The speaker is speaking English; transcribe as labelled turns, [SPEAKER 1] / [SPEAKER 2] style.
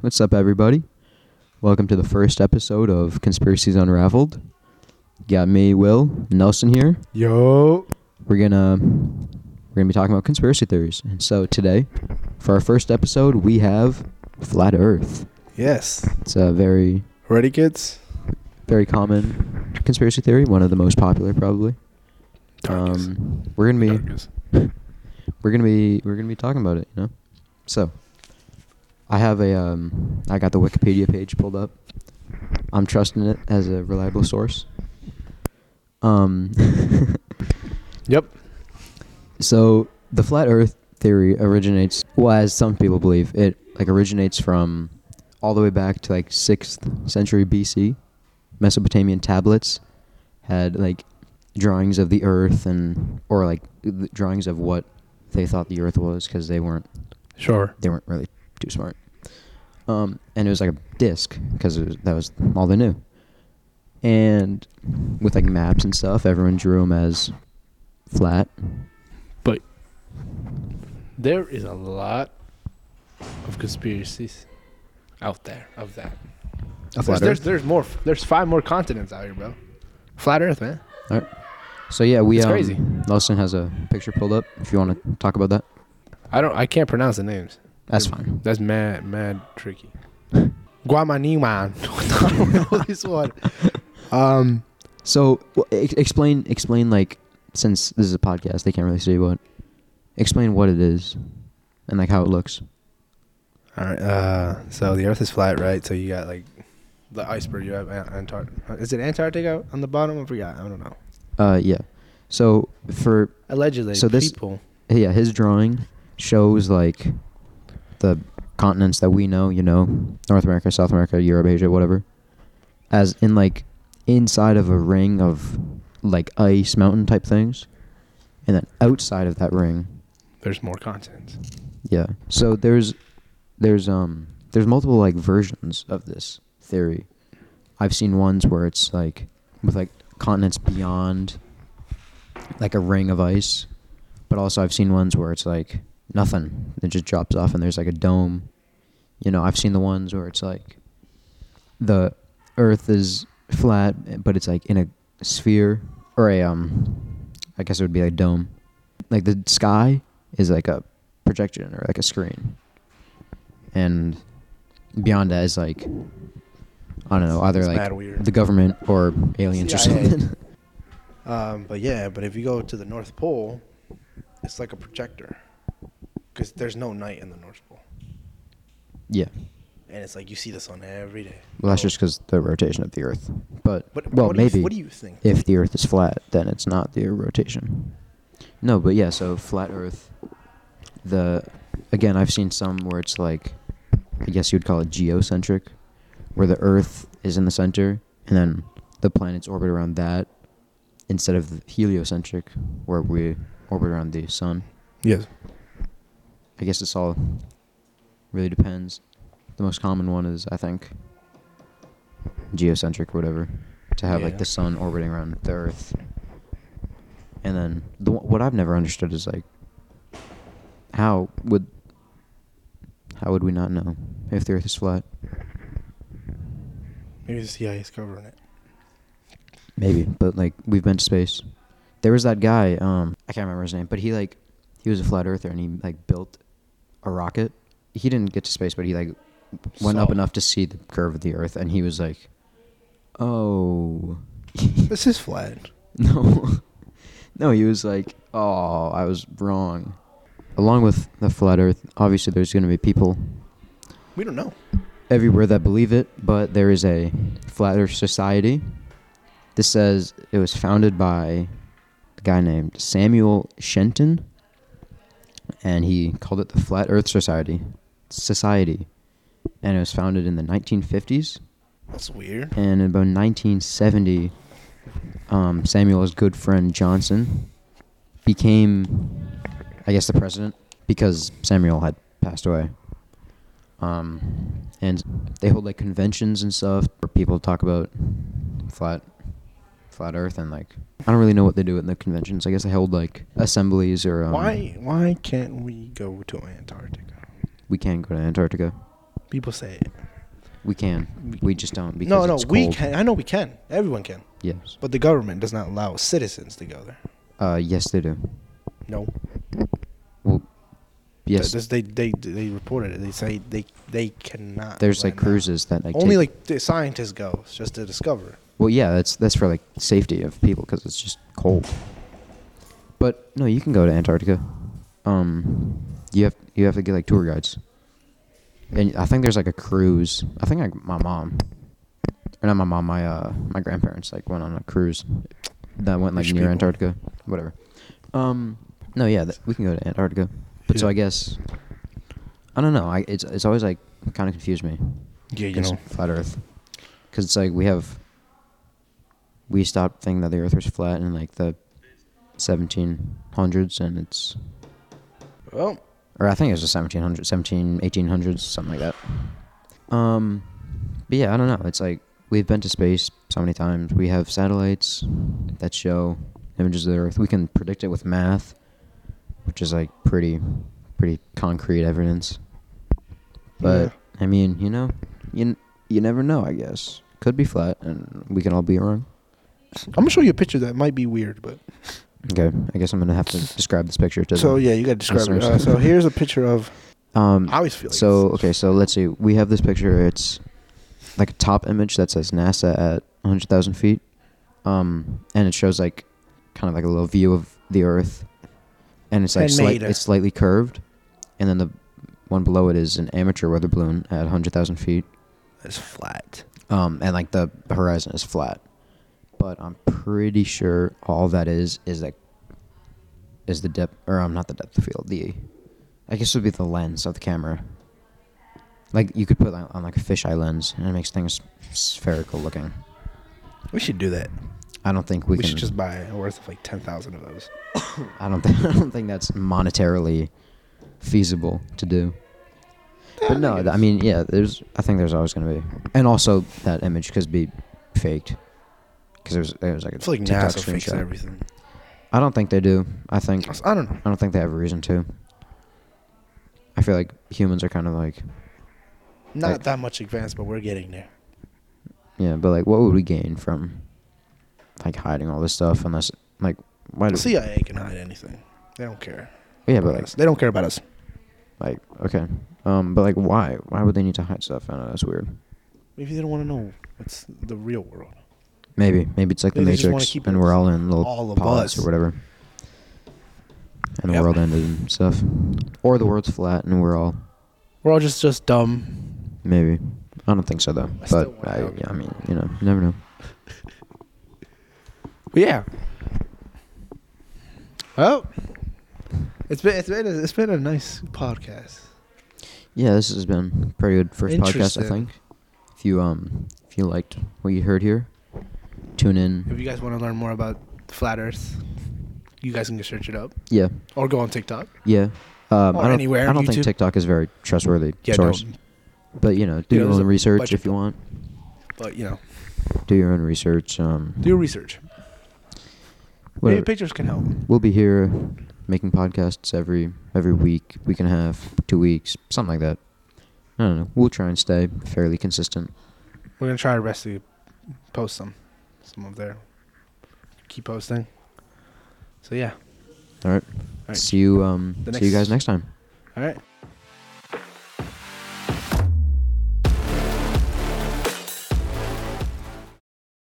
[SPEAKER 1] What's up, everybody? Welcome to the first episode of Conspiracies Unraveled. Got me, Will, Nelson here.
[SPEAKER 2] Yo.
[SPEAKER 1] We're gonna we're gonna be talking about conspiracy theories. And so today, for our first episode, we have flat Earth.
[SPEAKER 2] Yes.
[SPEAKER 1] It's a very
[SPEAKER 2] Ready, kids?
[SPEAKER 1] very common conspiracy theory, one of the most popular probably.
[SPEAKER 2] Darkest.
[SPEAKER 1] Um, we're gonna be
[SPEAKER 2] Darkest.
[SPEAKER 1] we're gonna be we're gonna be talking about it, you know. So, I have a um, I got the Wikipedia page pulled up. I'm trusting it as a reliable source. Um,
[SPEAKER 2] Yep.
[SPEAKER 1] so the flat Earth theory originates, well, as some people believe, it like originates from all the way back to like sixth century BC. Mesopotamian tablets had like drawings of the Earth and or like the drawings of what they thought the Earth was because they weren't
[SPEAKER 2] Sure.
[SPEAKER 1] they weren't really too smart. Um, and it was like a disc because that was all they knew. And with like maps and stuff, everyone drew them as flat.
[SPEAKER 3] But there is a lot of conspiracies out there of that.
[SPEAKER 1] A
[SPEAKER 3] there's,
[SPEAKER 1] flat
[SPEAKER 3] there's
[SPEAKER 1] Earth.
[SPEAKER 3] there's more. There's five more continents out here, bro. Flat Earth, man.
[SPEAKER 1] All right. So yeah, we
[SPEAKER 3] It's
[SPEAKER 1] um,
[SPEAKER 3] crazy.
[SPEAKER 1] Nelson has a picture pulled up. If you want to talk about that,
[SPEAKER 3] I don't. I can't pronounce the names.
[SPEAKER 1] that's fine.
[SPEAKER 3] That's mad, mad tricky. Guamaniman. I don't know this one.
[SPEAKER 2] Um,
[SPEAKER 1] So w- ex- explain, explain like since this is a podcast, they can't really see what. Explain what it is, and like how it looks.
[SPEAKER 2] all right. Uh, so the Earth is flat, right? So you got like the iceberg. You have Antarctica. Is it Antarctica on the bottom? I forgot. I don't know.
[SPEAKER 1] Uh, yeah. So for
[SPEAKER 2] Allegedly.
[SPEAKER 1] So this-
[SPEAKER 2] people.
[SPEAKER 1] yeah, his drawing shows like the continents that we know, you know, North America, South America, Europe, Asia, whatever, as in like inside of a ring of like ice mountain type things. And then outside of that ring,
[SPEAKER 3] There's more continents.
[SPEAKER 1] yeah. So there's there's um there's multiple like versions of this theory. I've seen ones where it's like with like continents beyond like a ring of ice, but also I've seen ones where it's like nothing. It just drops off and there's like a dome. You know, I've seen the ones where it's like the earth is flat but it's like in a sphere or a um I guess it would be like dome. Like the sky is like a projection or like a screen. And beyond that is like I don't know, either
[SPEAKER 3] It's
[SPEAKER 1] like
[SPEAKER 3] mad weird.
[SPEAKER 1] the government or aliens or
[SPEAKER 2] CIA.
[SPEAKER 1] something.
[SPEAKER 2] Um, but yeah, but if you go to the North Pole, it's like a projector, because there's no night in the North Pole,
[SPEAKER 1] yeah.
[SPEAKER 2] and it's like you see the sun every day.
[SPEAKER 1] Well, that's just because the rotation of the Earth. But,
[SPEAKER 2] But
[SPEAKER 1] well,
[SPEAKER 2] what do you-
[SPEAKER 1] maybe
[SPEAKER 2] what do you think?
[SPEAKER 1] if the Earth is flat, then it's not the rotation. No, but yeah, so flat Earth. The again, I've seen some where it's like, I guess you'd call it geocentric, where the Earth is in the center and then the planets orbit around that, instead of the heliocentric, where we orbit around the sun.
[SPEAKER 2] Yes.
[SPEAKER 1] I guess it's all really depends. The most common one is, I think, geocentric, or whatever, to have like
[SPEAKER 2] Yeah.
[SPEAKER 1] the sun orbiting around the Earth. And then the, one- what I've never understood is like, how would how would we not know if the Earth is flat?
[SPEAKER 2] Maybe the CIA is covering it.
[SPEAKER 1] Maybe, but like we've been to space. There was that guy, um, I can't remember his name, but he like he was a flat earther and he like built a rocket. He didn't get to space, but he like went up
[SPEAKER 2] Saw.
[SPEAKER 1] enough to see the curve of the Earth, and he was like, "Oh,
[SPEAKER 2] This is flat.
[SPEAKER 1] no, no." He was like, "Oh, I was wrong." Along with the flat Earth, obviously there's going to be people
[SPEAKER 2] We don't know.
[SPEAKER 1] everywhere that believe it, but there is a Flat Earth Society. This says it was founded by a guy named Samuel Shenton, and he called it the Flat Earth Society. Society, and it was founded in the 1950s.
[SPEAKER 2] That's weird.
[SPEAKER 1] And in about 1970, um, Samuel's good friend Johnson became, I guess, the president because Samuel had passed away. Um, and they hold like conventions and stuff where people talk about flat, flat Earth and like I don't really know what they do at the conventions. I guess they hold like assemblies or um,
[SPEAKER 2] why why can't we go to Antarctica?
[SPEAKER 1] we can't go to Antarctica
[SPEAKER 2] People say it.
[SPEAKER 1] We can. We just don't because
[SPEAKER 2] no, no,
[SPEAKER 1] it's cold.
[SPEAKER 2] we can. I know we can. Everyone can.
[SPEAKER 1] Yes.
[SPEAKER 2] But the government does not allow citizens to go there.
[SPEAKER 1] Uh, yes, they do.
[SPEAKER 2] No.
[SPEAKER 1] Yes,
[SPEAKER 2] Th- They, they they reported it. They say they they cannot.
[SPEAKER 1] there's like
[SPEAKER 2] right now.
[SPEAKER 1] cruises that like
[SPEAKER 2] Only
[SPEAKER 1] take-
[SPEAKER 2] like the scientists go just to discover.
[SPEAKER 1] Well, yeah, that's that's for like safety of people because it's just cold. But no, you can go to Antarctica. Um, you have you have to get like tour guides, and I think there's like a cruise. I think like my mom, or not my mom, my uh my grandparents like went on a cruise that went like
[SPEAKER 2] Rich
[SPEAKER 1] near
[SPEAKER 2] people.
[SPEAKER 1] Antarctica, whatever. Um, no, yeah, that, we can go to Antarctica, but so
[SPEAKER 2] Yeah.
[SPEAKER 1] I guess I don't know. I it's it's always like kind of confused me
[SPEAKER 2] Yeah, you
[SPEAKER 1] it's
[SPEAKER 2] know.
[SPEAKER 1] flat Earth, because it's like we have we stopped thinking that the Earth was flat in like the 1700s, and it's
[SPEAKER 2] Well,
[SPEAKER 1] or I think it was the 1700s, 17 1800s, something like that. Um, but yeah, I don't know. It's like we've been to space so many times. We have satellites that show images of the Earth. We can predict it with math, which is like pretty pretty concrete evidence. But I mean, you know, you n- you never know. I guess could be flat, and we can all be wrong.
[SPEAKER 2] I'm gonna show you a picture that might be weird, but
[SPEAKER 1] Okay, I guess I'm gonna have to describe this picture to.
[SPEAKER 2] so
[SPEAKER 1] them.
[SPEAKER 2] yeah, you gotta describe it.
[SPEAKER 1] listeners.
[SPEAKER 2] Uh, so here's a picture of.
[SPEAKER 1] Um,
[SPEAKER 2] I always feel like
[SPEAKER 1] So okay, so let's see. We have this picture. It's like a top image that says NASA at 100,000 feet, um, and it shows like kind of like a little view of the Earth, and it's like
[SPEAKER 2] And
[SPEAKER 1] slight,
[SPEAKER 2] Mater.
[SPEAKER 1] it's slightly curved, and then the one below it is an amateur weather balloon at 100,000 feet,
[SPEAKER 2] it's flat.
[SPEAKER 1] um, and like the horizon is flat. But I'm pretty sure all that is is like is the depth, or um, not the depth of field. The I guess it would be the lens of the camera. Like you could put on, on like a fisheye lens, and it makes things spherical looking.
[SPEAKER 2] We should do that.
[SPEAKER 1] I don't think we,
[SPEAKER 2] We,
[SPEAKER 1] can.
[SPEAKER 2] should just buy a worth of like ten thousand of those.
[SPEAKER 1] I don't think. I don't think that's monetarily feasible to do. But no, th- I mean, yeah. There's. I think there's always going to be, and also that image could be faked, because it was. It was like a
[SPEAKER 2] it's like
[SPEAKER 1] TikTok
[SPEAKER 2] NASA fixes
[SPEAKER 1] screenshot.
[SPEAKER 2] everything.
[SPEAKER 1] I don't think they do. I think.
[SPEAKER 2] I don't know.
[SPEAKER 1] I don't think they have a reason to. I feel like humans are kind of like
[SPEAKER 2] Not
[SPEAKER 1] Like-
[SPEAKER 2] that much advanced, but we're getting there.
[SPEAKER 1] yeah, but like, what would we gain from like hiding all this stuff unless like why do
[SPEAKER 2] The CIA can hide anything. They don't care.
[SPEAKER 1] yeah, but
[SPEAKER 2] about
[SPEAKER 1] like
[SPEAKER 2] us. they don't care about us.
[SPEAKER 1] like okay, um, but like why why would they need to hide stuff? I don't know. That's weird.
[SPEAKER 2] Maybe they don't want to know what's the real world.
[SPEAKER 1] Maybe maybe it's like the
[SPEAKER 2] They just wanna
[SPEAKER 1] Matrix,
[SPEAKER 2] keep
[SPEAKER 1] and
[SPEAKER 2] it
[SPEAKER 1] we're all in little
[SPEAKER 2] all of
[SPEAKER 1] pods
[SPEAKER 2] us.
[SPEAKER 1] or whatever, and the
[SPEAKER 2] Yep.
[SPEAKER 1] world ended and stuff, or the world's flat and we're all
[SPEAKER 2] We're all just just dumb.
[SPEAKER 1] maybe. I don't think so though.
[SPEAKER 2] I still
[SPEAKER 1] But
[SPEAKER 2] wanna
[SPEAKER 1] I,
[SPEAKER 2] know.
[SPEAKER 1] yeah, I mean, you know, you never know.
[SPEAKER 2] Yeah. Well, it's been it's been a, it's been a nice podcast.
[SPEAKER 1] Yeah, this has been a pretty good first podcast, I
[SPEAKER 2] Interesting.
[SPEAKER 1] think. If you um if you liked what you heard here, tune
[SPEAKER 2] If you
[SPEAKER 1] in.
[SPEAKER 2] guys want to learn more about flat Earth, you guys can go search it up
[SPEAKER 1] Yeah,
[SPEAKER 2] or go on TikTok.
[SPEAKER 1] yeah. Um,
[SPEAKER 2] Or
[SPEAKER 1] I don't,
[SPEAKER 2] anywhere,
[SPEAKER 1] I don't think
[SPEAKER 2] YouTube.
[SPEAKER 1] TikTok is a very trustworthy
[SPEAKER 2] Yeah,
[SPEAKER 1] source,
[SPEAKER 2] no,
[SPEAKER 1] but you know, do
[SPEAKER 2] know,
[SPEAKER 1] your
[SPEAKER 2] there's
[SPEAKER 1] own
[SPEAKER 2] a
[SPEAKER 1] research
[SPEAKER 2] bunch
[SPEAKER 1] if
[SPEAKER 2] of
[SPEAKER 1] you want.
[SPEAKER 2] but you know,
[SPEAKER 1] Do your own research. Um,
[SPEAKER 2] do your research.
[SPEAKER 1] whatever.
[SPEAKER 2] Maybe pictures can help.
[SPEAKER 1] We'll be here making podcasts every every week, week and a half, two weeks, something like that. I don't know. We'll try and stay fairly consistent.
[SPEAKER 2] We're gonna try our best to post some, some of there. Keep posting. So yeah.
[SPEAKER 1] All right.
[SPEAKER 2] right.
[SPEAKER 1] See you. Um,
[SPEAKER 2] The
[SPEAKER 1] see you
[SPEAKER 2] next-
[SPEAKER 1] guys next time.
[SPEAKER 2] All right.